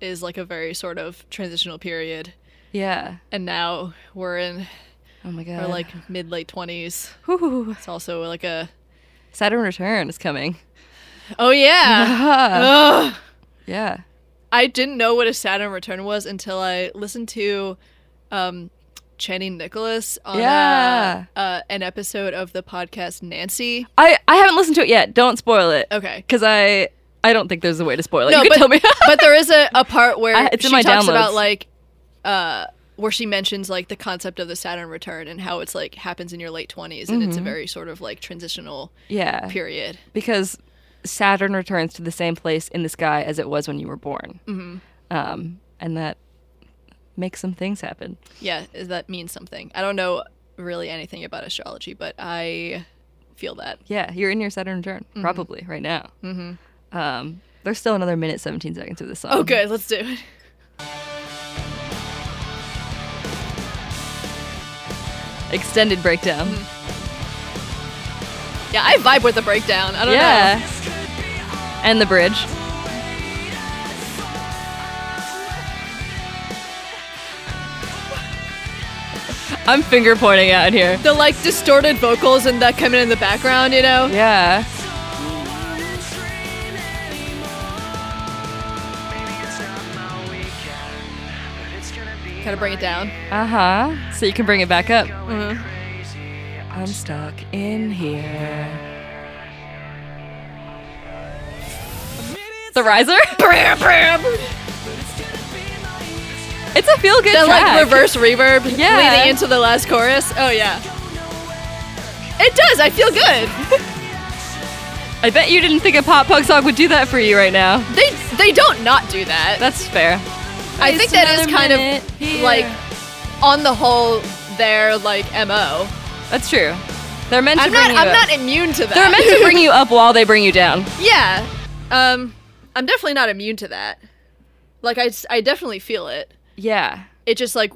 Speaker 1: is like a very sort of transitional period
Speaker 3: Yeah.
Speaker 1: and now we're in
Speaker 3: Oh my god.
Speaker 1: our like mid late 20s.
Speaker 3: Whew.
Speaker 1: It's also like a
Speaker 3: Saturn Return is coming.
Speaker 1: Oh yeah.
Speaker 3: Ah,
Speaker 1: Ugh.
Speaker 3: yeah.
Speaker 1: I didn't know what a Saturn return was until I listened to um Channing Nicholas on uh,
Speaker 3: Yeah.
Speaker 1: uh, an episode of the podcast Nancy.
Speaker 3: I I haven't listened to it yet. Don't spoil it.
Speaker 1: Okay.
Speaker 3: Cuz I I don't think there's a way to spoil it.
Speaker 1: No,
Speaker 3: you
Speaker 1: but,
Speaker 3: can tell me.
Speaker 1: but there is a, a part where
Speaker 3: I- it's
Speaker 1: she
Speaker 3: in my
Speaker 1: talks about
Speaker 3: downloads.
Speaker 1: like uh where she mentions like the concept of the Saturn return and how it's like happens in your late 20s and it's a very sort of like transitional
Speaker 3: Mm-hmm. yeah.
Speaker 1: period.
Speaker 3: Because Saturn returns to the same place in the sky as it was when you were born. Mm-hmm. Um and that makes some things happen.
Speaker 1: Yeah, is- that means something. I don't know really anything about astrology, but I feel that.
Speaker 3: Yeah, you're in your Saturn return
Speaker 1: Mm-hmm.
Speaker 3: probably right now. Mhm. Um there's still another minute 17 seconds of this song.
Speaker 1: Oh, good. Let's do it.
Speaker 3: Extended
Speaker 1: Mm-hmm.
Speaker 3: breakdown.
Speaker 1: Yeah, I vibe with the breakdown. I don't
Speaker 3: Yeah.
Speaker 1: know.
Speaker 3: And the bridge. I'm finger pointing out here.
Speaker 1: The like distorted vocals and that coming in the background, you know?
Speaker 3: Yeah.
Speaker 1: Kind of bring it down.
Speaker 3: Uh huh. So you can bring it back up.
Speaker 1: Mm-hmm.
Speaker 3: I'm stuck in here. The riser? It's a feel good
Speaker 1: The like
Speaker 3: track.
Speaker 1: reverse reverb
Speaker 3: Yeah.
Speaker 1: leading into the last chorus. Oh, yeah. It does. I feel good.
Speaker 3: I bet you didn't think a pop punk song would do that for you right now.
Speaker 1: They they don't not do that.
Speaker 3: That's fair.
Speaker 1: I think that is kind of like on the whole their like mo.
Speaker 3: That's true. They're meant to
Speaker 1: I'm
Speaker 3: bring
Speaker 1: not
Speaker 3: you
Speaker 1: I'm
Speaker 3: up.
Speaker 1: not immune to that.
Speaker 3: They're meant to bring you up while they bring you down.
Speaker 1: Yeah. Um, I'm definitely not immune to that. Like, I, s- I definitely feel it.
Speaker 3: Yeah.
Speaker 1: It just, like,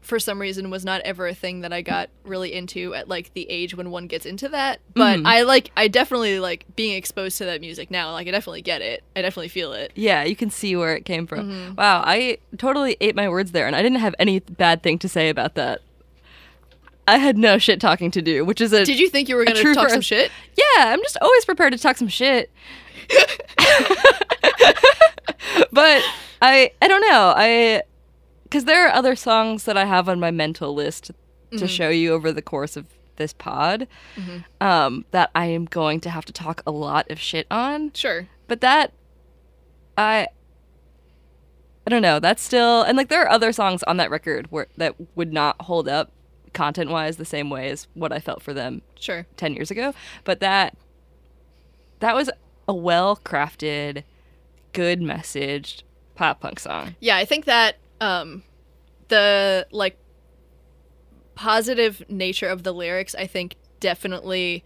Speaker 1: for some reason was not ever a thing that I got really into at, like, the age when one gets into that. But
Speaker 3: Mm-hmm.
Speaker 1: I, like, I definitely, like, being exposed to that music now, like, I definitely get it. I definitely feel it.
Speaker 3: Yeah, you can see where it came from.
Speaker 1: Mm-hmm.
Speaker 3: Wow, I totally ate my words there and I didn't have any bad thing to say about that. I had no shit talking to do, which is a
Speaker 1: Did you think you were going to
Speaker 3: true
Speaker 1: talk some
Speaker 3: first.
Speaker 1: shit?
Speaker 3: Yeah, I'm just always prepared to talk some shit. but I I don't know. I cuz there are other songs that I have on my mental list to show you over the course of this pod um, that I am going to have to talk a lot of shit on.
Speaker 1: Sure.
Speaker 3: But that I I don't know. That's still and like there are other songs on that record where that would not hold up content-wise the same way as what I felt for them
Speaker 1: Sure.
Speaker 3: 10 years ago but that that was a well crafted good messaged pop punk song
Speaker 1: Yeah, I think that um the like positive nature of the lyrics I think definitely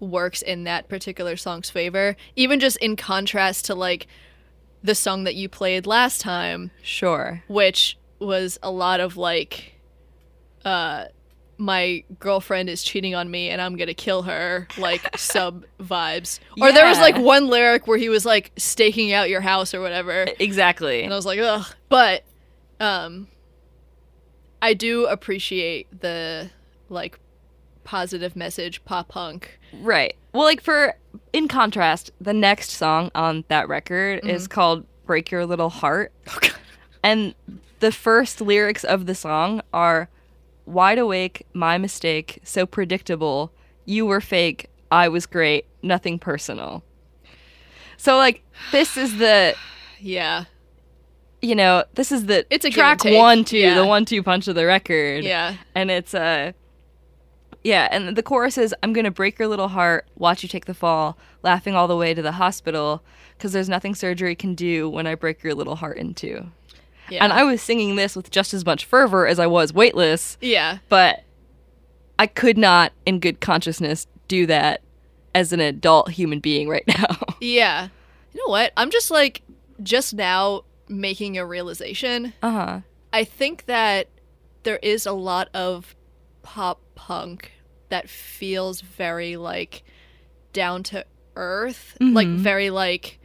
Speaker 1: works in that particular song's favor, even just in contrast to like the song that you played last time,
Speaker 3: sure
Speaker 1: which was a lot of like uh my girlfriend is cheating on me and I'm gonna kill her, like sub vibes. Or there was
Speaker 3: Yeah.
Speaker 1: like one lyric where he was like staking out your house or whatever
Speaker 3: exactly
Speaker 1: and I was like, ugh. But um, I do appreciate the like positive message pop punk.
Speaker 3: right well like for in contrast the next song on that record is called break your little heart and the first lyrics of the song are wide awake my mistake so predictable you were fake i was great nothing personal so like this is the
Speaker 1: Yeah,
Speaker 3: you know, this is the
Speaker 1: It's a give and
Speaker 3: track
Speaker 1: take.
Speaker 3: one two,
Speaker 1: Yeah.
Speaker 3: the one two punch of the record.
Speaker 1: yeah,
Speaker 3: And it's uh Yeah, and the chorus is I'm going to break your little heart, watch you take the fall, laughing all the way to the hospital because there's nothing surgery can do when I break your little heart in two.
Speaker 1: Yeah.
Speaker 3: And I was singing this with just as much fervor as I was weightless,
Speaker 1: yeah.
Speaker 3: but I could not in good consciousness do that as an adult human being right now.
Speaker 1: Yeah. You know what? I'm just like just now making a realization.
Speaker 3: Uh-huh.
Speaker 1: I think that there is a lot of pop punk that feels very like down to earth, like very like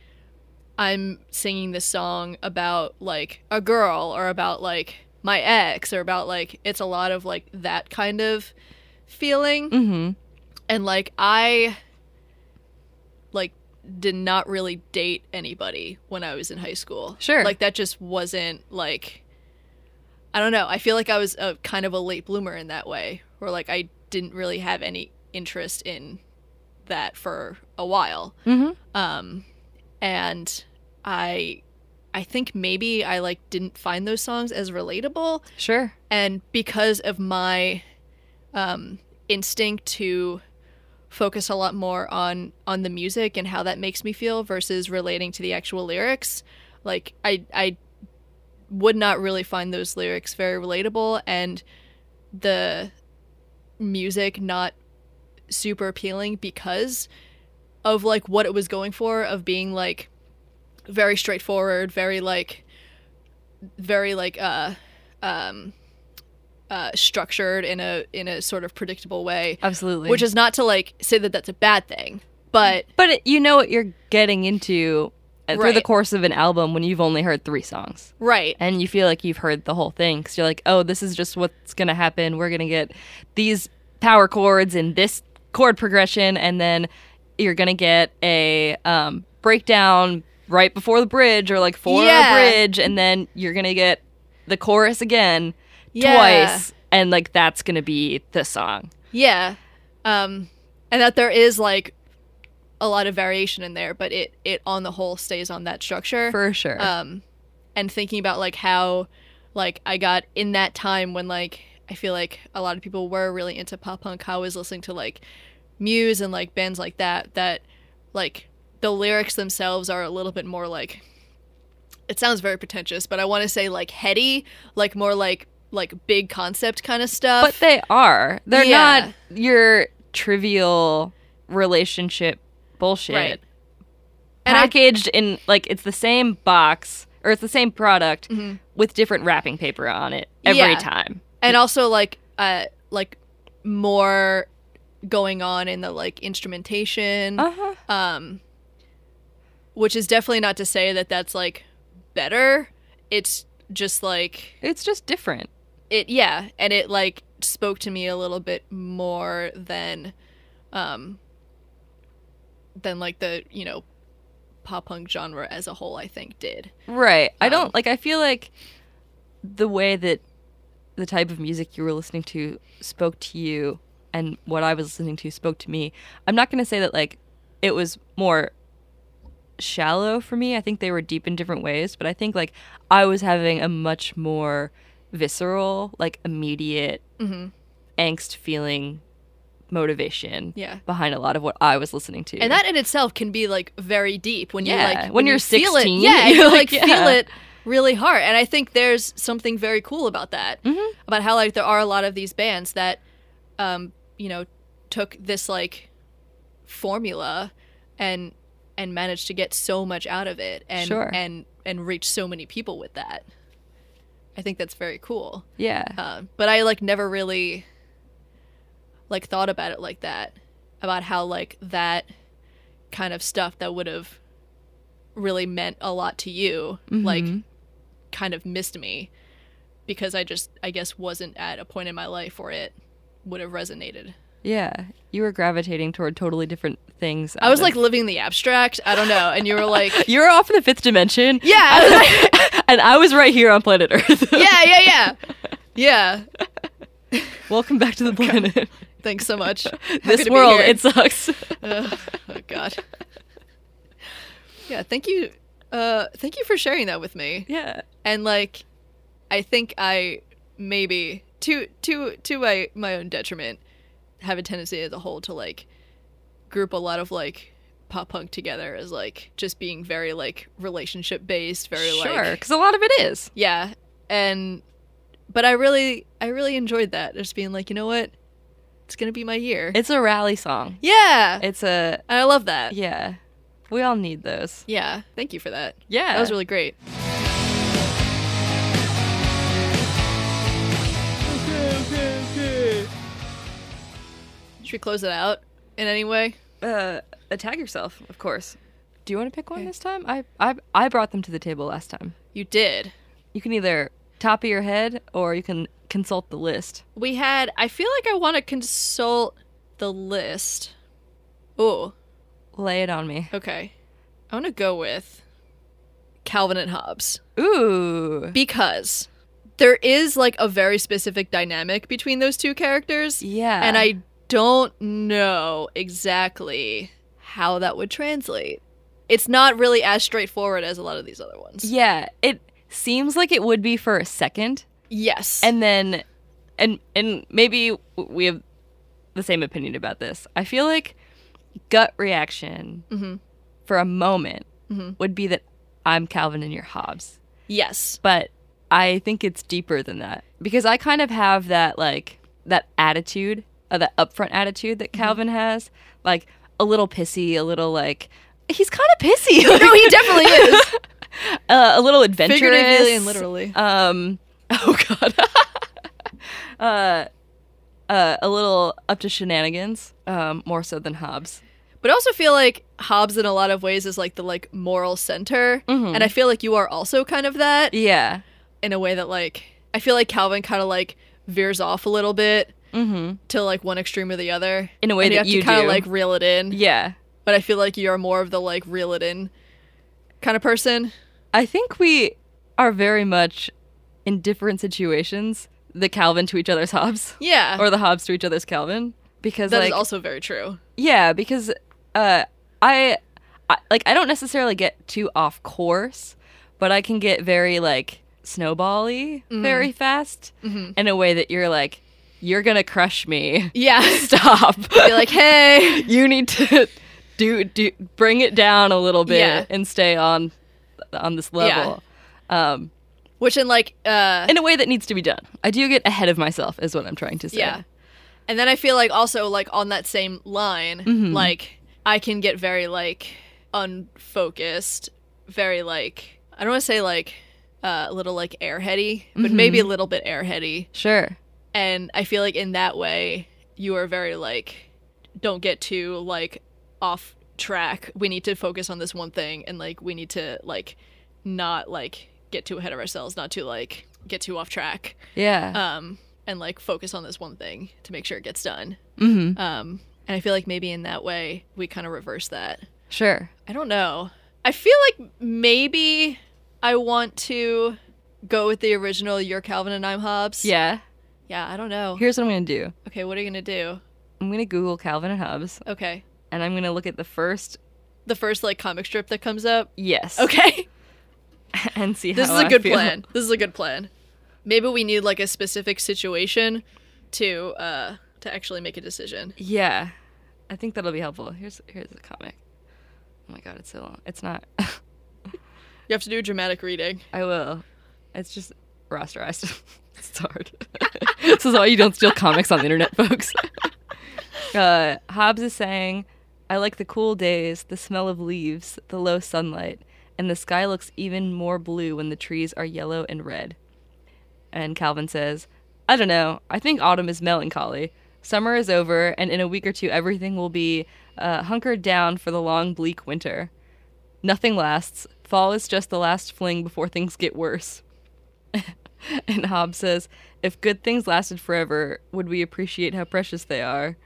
Speaker 1: I'm singing this song about like a girl or about like my ex or about like it's a lot of like that kind of feeling
Speaker 3: Mhm.
Speaker 1: and like I like did not really date anybody when I was in high school.
Speaker 3: Sure.
Speaker 1: Like that just wasn't like I don't know. I feel like I was a kind of a late bloomer in that way where like I didn't really have any interest in that for a while.
Speaker 3: Mhm.
Speaker 1: Um and I I think maybe I like didn't find those songs as relatable
Speaker 3: Sure.
Speaker 1: and because of my um, instinct to focus a lot more on on the music and how that makes me feel versus relating to the actual lyrics like i i would not really find those lyrics very relatable and the music not super appealing because of like what it was going for of being like very straightforward very like very like uh um uh structured in a in a sort of predictable way
Speaker 3: Absolutely.
Speaker 1: which is not to like say that that's a bad thing but
Speaker 3: But it, you know what you're getting into uh, through the
Speaker 1: Right.
Speaker 3: course of an album when you've only heard three songs.
Speaker 1: right
Speaker 3: And you feel like you've heard the whole thing. Because you're like, oh, this is just what's going to happen. We're going to get these power chords in this chord progression. And then you're going to get a um, breakdown right before the bridge or like for
Speaker 1: Yeah.
Speaker 3: a bridge. And then you're going to get the chorus again
Speaker 1: Yeah.
Speaker 3: twice. And like that's going to be the song.
Speaker 1: yeah um and that there is like a lot of variation in there but it it on the whole stays on that structure
Speaker 3: For sure.
Speaker 1: um and thinking about like how like i got in that time when like i feel like a lot of people were really into pop punk how i was listening to like muse and like bands like that that like the lyrics themselves are a little bit more like it sounds very pretentious but i want to say like heady like more like like big concept kind of stuff
Speaker 3: But they are. They're
Speaker 1: Yeah.
Speaker 3: not your trivial relationship bullshit.
Speaker 1: Right. And I-
Speaker 3: Packaged in like it's the same box or it's the same product with different wrapping paper on it every
Speaker 1: Mm-hmm. Yeah.
Speaker 3: time.
Speaker 1: and also like uh like more going on in the like instrumentation
Speaker 3: huh.
Speaker 1: um which is definitely not to say that that's like better it's just like
Speaker 3: It's just different.
Speaker 1: it yeah and it like spoke to me a little bit more than um than like the you know pop punk genre as a whole i think did
Speaker 3: Right. I
Speaker 1: Um,
Speaker 3: don't like I feel like the way that the type of music you were listening to spoke to you and what I was listening to spoke to me. I'm not going to say that like it was more shallow for me. I think they were deep in different ways, but I think like I was having a much more visceral, like immediate
Speaker 1: Mhm.
Speaker 3: angst feeling motivation
Speaker 1: Yeah.
Speaker 3: behind a lot of what I was listening to.
Speaker 1: and that in itself can be like very deep when
Speaker 3: Yeah.
Speaker 1: you like
Speaker 3: When you're
Speaker 1: you feel
Speaker 3: 16,
Speaker 1: it, yeah and
Speaker 3: you're
Speaker 1: you
Speaker 3: like,
Speaker 1: like,
Speaker 3: yeah.
Speaker 1: feel it really hard and i think there's something very cool about that
Speaker 3: Mhm.
Speaker 1: about how like there are a lot of these bands that um you know took this like formula and and managed to get so much out of it and
Speaker 3: Sure.
Speaker 1: and and reach so many people with that i think that's very cool
Speaker 3: yeah.
Speaker 1: um, but I like never really like thought about it like that about how like that kind of stuff that would have really meant a lot to you like
Speaker 3: Mhm.
Speaker 1: kind of missed me because I just I guess wasn't at a point in my life where it would have resonated.
Speaker 3: Yeah, you were gravitating toward totally different things.
Speaker 1: I
Speaker 3: out
Speaker 1: was
Speaker 3: of-
Speaker 1: like living the abstract, I don't know, and you were like
Speaker 3: you're off in the fifth dimension.
Speaker 1: yeah, I was like,
Speaker 3: and I was right here on planet Earth.
Speaker 1: yeah, yeah, yeah. Yeah.
Speaker 3: Welcome back to the planet.
Speaker 1: Thanks so much. Happy to
Speaker 3: this
Speaker 1: be
Speaker 3: world,
Speaker 1: here.
Speaker 3: it sucks.
Speaker 1: Ugh. oh god yeah thank you uh thank you for sharing that with me
Speaker 3: yeah.
Speaker 1: and like i think i maybe to to to my my own detriment have a tendency as a whole to like group a lot of like pop punk together as like just being very like relationship based, very
Speaker 3: sure,
Speaker 1: like
Speaker 3: because a lot of it is.
Speaker 1: yeah. And but I really I really enjoyed that just being like you know what it's gonna be my year.
Speaker 3: It's a rally song.
Speaker 1: yeah,
Speaker 3: It's a
Speaker 1: I love that.
Speaker 3: yeah. We all need those.
Speaker 1: yeah, thank you for that.
Speaker 3: Yeah,
Speaker 1: That was really great. Should we close it out in any way?
Speaker 3: uh, attack yourself, of course. Do you want to pick one this time? I, I I brought them to the table last time.
Speaker 1: You did.
Speaker 3: You can either top of your head or you can consult the list.
Speaker 1: We had. I feel like I want to consult the list. Oh,
Speaker 3: Lay it on me.
Speaker 1: okay. I want to go with Calvin and Hobbes.
Speaker 3: Ooh.
Speaker 1: because there is like a very specific dynamic between those two characters.
Speaker 3: Yeah.
Speaker 1: And I don't know exactly how that would translate. It's not really as straightforward as a lot of these other ones.
Speaker 3: Yeah, it seems like it would be for a second,
Speaker 1: Yes.
Speaker 3: and then, and and maybe we have the same opinion about this. I feel like gut reaction
Speaker 1: Mhm.
Speaker 3: for a moment
Speaker 1: Mhm.
Speaker 3: would be that I'm Calvin and you're Hobbes,
Speaker 1: yes.
Speaker 3: but I think it's deeper than that because I kind of have that like that attitude, uh, that upfront attitude that
Speaker 1: Mm-hmm.
Speaker 3: Calvin has, like a little pissy, a little like he's kind of pissy.
Speaker 1: No, he definitely is.
Speaker 3: uh, a little adventurous,
Speaker 1: Figuratively and literally.
Speaker 3: Um, oh god, uh, uh, a little up to shenanigans, um, more so than Hobbes.
Speaker 1: But I also feel like Hobbes in a lot of ways is like the like moral center.
Speaker 3: Mhm.
Speaker 1: And I feel like you are also kind of that
Speaker 3: Yeah.
Speaker 1: in a way that like I feel like Calvin kind of like veers off a little bit
Speaker 3: Mm-hmm.
Speaker 1: to like one extreme or the other.
Speaker 3: In a way
Speaker 1: and
Speaker 3: that
Speaker 1: you have
Speaker 3: you
Speaker 1: to kind
Speaker 3: do.
Speaker 1: of like reel it in.
Speaker 3: Yeah.
Speaker 1: But I feel like you're more of the like reel it in kind of person.
Speaker 3: I think we are very much in different situations. The Calvin to each other's Hobbes,
Speaker 1: Yeah,
Speaker 3: or the Hobbes to each other's Calvin, because
Speaker 1: that is
Speaker 3: like
Speaker 1: also very true.
Speaker 3: Yeah, because uh, I, I like I don't necessarily get too off course, but I can get very like snowbally
Speaker 1: Mm-hmm.
Speaker 3: very fast in a way that you're like, you're gonna crush me.
Speaker 1: Yeah,
Speaker 3: Stop.
Speaker 1: be like, hey,
Speaker 3: you need to do do bring it down a little bit
Speaker 1: Yeah.
Speaker 3: and stay on on this level. Um,
Speaker 1: which in like, uh,
Speaker 3: in a way that needs to be done. I do get ahead of myself, is what I'm trying to say.
Speaker 1: yeah. And then I feel like also like on that same line, like I can get very like unfocused, very like I don't want to say like uh, a little like airheady, but maybe a little bit airheady.
Speaker 3: Sure.
Speaker 1: and i feel like in that way you are very like don't get too like off track we need to focus on this one thing and like we need to like not like get too ahead of ourselves not to like get too off track
Speaker 3: Yeah.
Speaker 1: um and like focus on this one thing to make sure it gets done
Speaker 3: mm-hmm.
Speaker 1: um and i feel like maybe in that way we kind of reverse that
Speaker 3: Sure.
Speaker 1: I don't know. I feel like maybe I want to go with the original You're Calvin and I'm Hobbes.
Speaker 3: Yeah.
Speaker 1: Yeah, I don't know.
Speaker 3: Here's what I'm gonna do.
Speaker 1: Okay, what are you gonna do?
Speaker 3: I'm gonna Google Calvin and Hobbes,
Speaker 1: Okay.
Speaker 3: and I'm gonna look at the first
Speaker 1: The first like comic strip that comes up.
Speaker 3: yes.
Speaker 1: Okay.
Speaker 3: and see.
Speaker 1: this
Speaker 3: how
Speaker 1: is a
Speaker 3: I
Speaker 1: good
Speaker 3: feel.
Speaker 1: plan. This is a good plan. Maybe we need like a specific situation to uh to actually make a decision.
Speaker 3: Yeah, I think that'll be helpful. Here's here's the comic. Oh my god, it's so long. It's not.
Speaker 1: You have to do a dramatic reading.
Speaker 3: I will. It's just rosterized. it's hard. this is why you don't steal comics on the internet, folks. uh, Hobbes is saying, "I like the cool days, the smell of leaves, the low sunlight, and the sky looks even more blue when the trees are yellow and red." And Calvin says, "I don't know. I think autumn is melancholy. Summer is over, and in a week or two, everything will be uh, hunkered down for the long, bleak winter." Nothing lasts. Fall is just the last fling before things get worse. and Hobbes says, if good things lasted forever, would we appreciate how precious they are?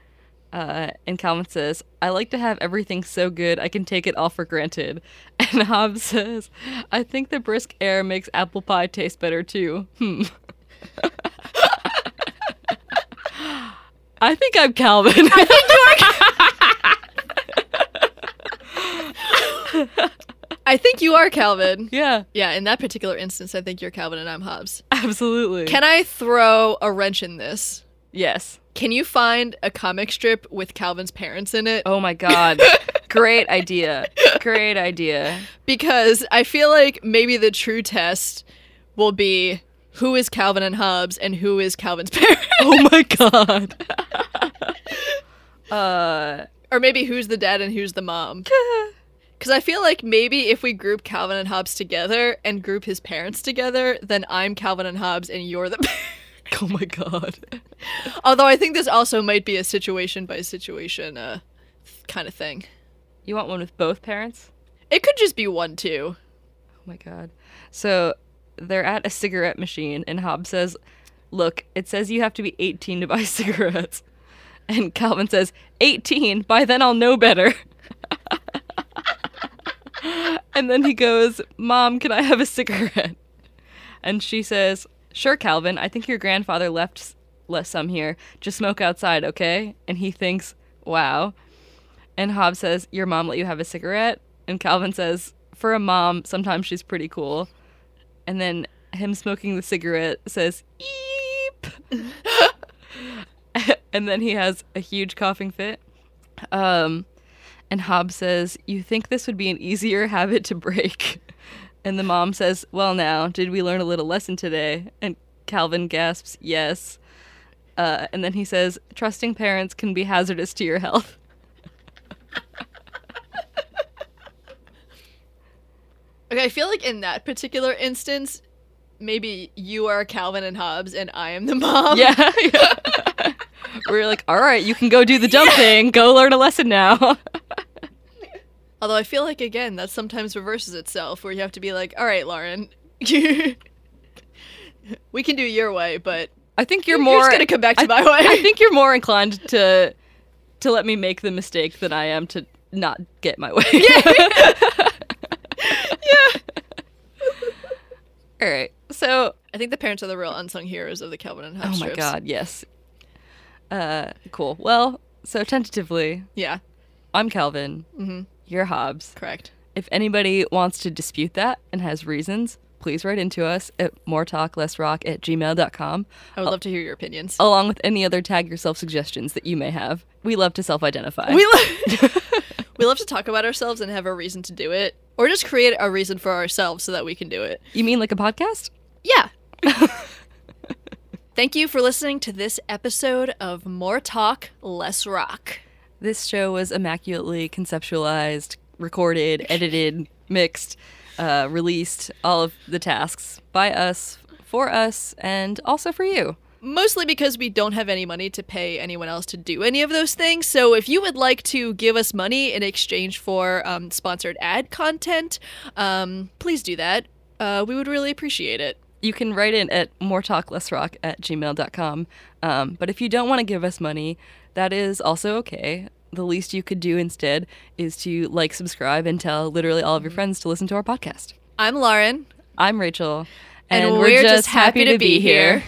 Speaker 3: Uh, and Calvin says, I like to have everything so good I can take it all for granted. And Hobbes says, I think the brisk air makes apple pie taste better too. Hmm. I think I'm Calvin.
Speaker 1: I think you are Calvin.
Speaker 3: yeah,
Speaker 1: Yeah, in that particular instance, I think you're Calvin and I'm Hobbes.
Speaker 3: absolutely.
Speaker 1: Can I throw a wrench in this?
Speaker 3: Yes.
Speaker 1: Can you find a comic strip with Calvin's parents in it?
Speaker 3: Oh my god. Great idea. Great idea.
Speaker 1: Because I feel like maybe the true test will be who is Calvin and Hobbes and who is Calvin's parents.
Speaker 3: Oh my god. uh
Speaker 1: or maybe who's the dad and who's the mom. Because I feel like maybe if we group Calvin and Hobbes together and group his parents together, then I'm Calvin and Hobbes and you're the.
Speaker 3: oh my god.
Speaker 1: Although I think this also might be a situation by situation uh, kind of thing.
Speaker 3: You want one with both parents?
Speaker 1: It could just be one too.
Speaker 3: Oh my god. So they're at a cigarette machine and Hobbes says, "Look, it says you have to be 18 to buy cigarettes." And Calvin says, "18, by then I'll know better." and then he goes, "Mom, can I have a cigarette?" And she says, "Sure, Calvin. I think your grandfather left s- left some here. Just smoke outside, okay?" And he thinks, "Wow." And Hobbes says, "Your mom let you have a cigarette?" And Calvin says, "For a mom, sometimes she's pretty cool." And then him smoking the cigarette says, "Eep." and then he has a huge coughing fit. Um, and Hobbes says, "You think this would be an easier habit to break?" And the mom says, "Well, now, did we learn a little lesson today?" And Calvin gasps, "Yes." Uh, and then he says, "Trusting parents can be hazardous to your health."
Speaker 1: Okay, I feel like in that particular instance, maybe you are Calvin and Hobbes and I am the mom.
Speaker 3: yeah. yeah. We're like, "All right, you can go do the dumb thing. Go learn a lesson now."
Speaker 1: Although I feel like again that sometimes reverses itself, where you have to be like, "All right, Lauren, we can do your way, but
Speaker 3: I think you're
Speaker 1: You're
Speaker 3: more
Speaker 1: just gonna come back to
Speaker 3: I-
Speaker 1: my way.
Speaker 3: I think you're more inclined to to let me make the mistake than I am to not get my way. Yeah. All right. So,
Speaker 1: I think the parents are the real unsung heroes of the Calvin and
Speaker 3: oh
Speaker 1: Hobbes."
Speaker 3: my
Speaker 1: strips.
Speaker 3: god, yes. Uh, cool. Well, so tentatively,
Speaker 1: Yeah,
Speaker 3: I'm Calvin. Mm-hmm. You're Hobbes.
Speaker 1: correct.
Speaker 3: If anybody wants to dispute that and has reasons, please write into us at moretalklessrock at gmail.com
Speaker 1: I would love to hear your opinions.
Speaker 3: along with any other tag yourself suggestions that you may have. We love to self identify.
Speaker 1: We lo- we love to talk about ourselves and have a reason to do it, or just create a reason for ourselves so that we can do it.
Speaker 3: you mean like a podcast?
Speaker 1: Yeah. Thank you for listening to this episode of More Talk, Less Rock.
Speaker 3: This show was immaculately conceptualized, recorded, edited, mixed, uh, released, all of the tasks by us, for us, and also for you.
Speaker 1: mostly because we don't have any money to pay anyone else to do any of those things. So if you would like to give us money in exchange for um, sponsored ad content, um, please do that. Uh, we would really appreciate it.
Speaker 3: You can write in at moretalklessrock at gmail.com. Um, but if you don't want to give us money, that is also okay. The least you could do instead is to like, subscribe, and tell literally all of
Speaker 1: Mm-hmm.
Speaker 3: your friends to listen to our podcast.
Speaker 1: I'm Lauren,
Speaker 3: I'm Rachel,
Speaker 1: and, we're, just happy to be here.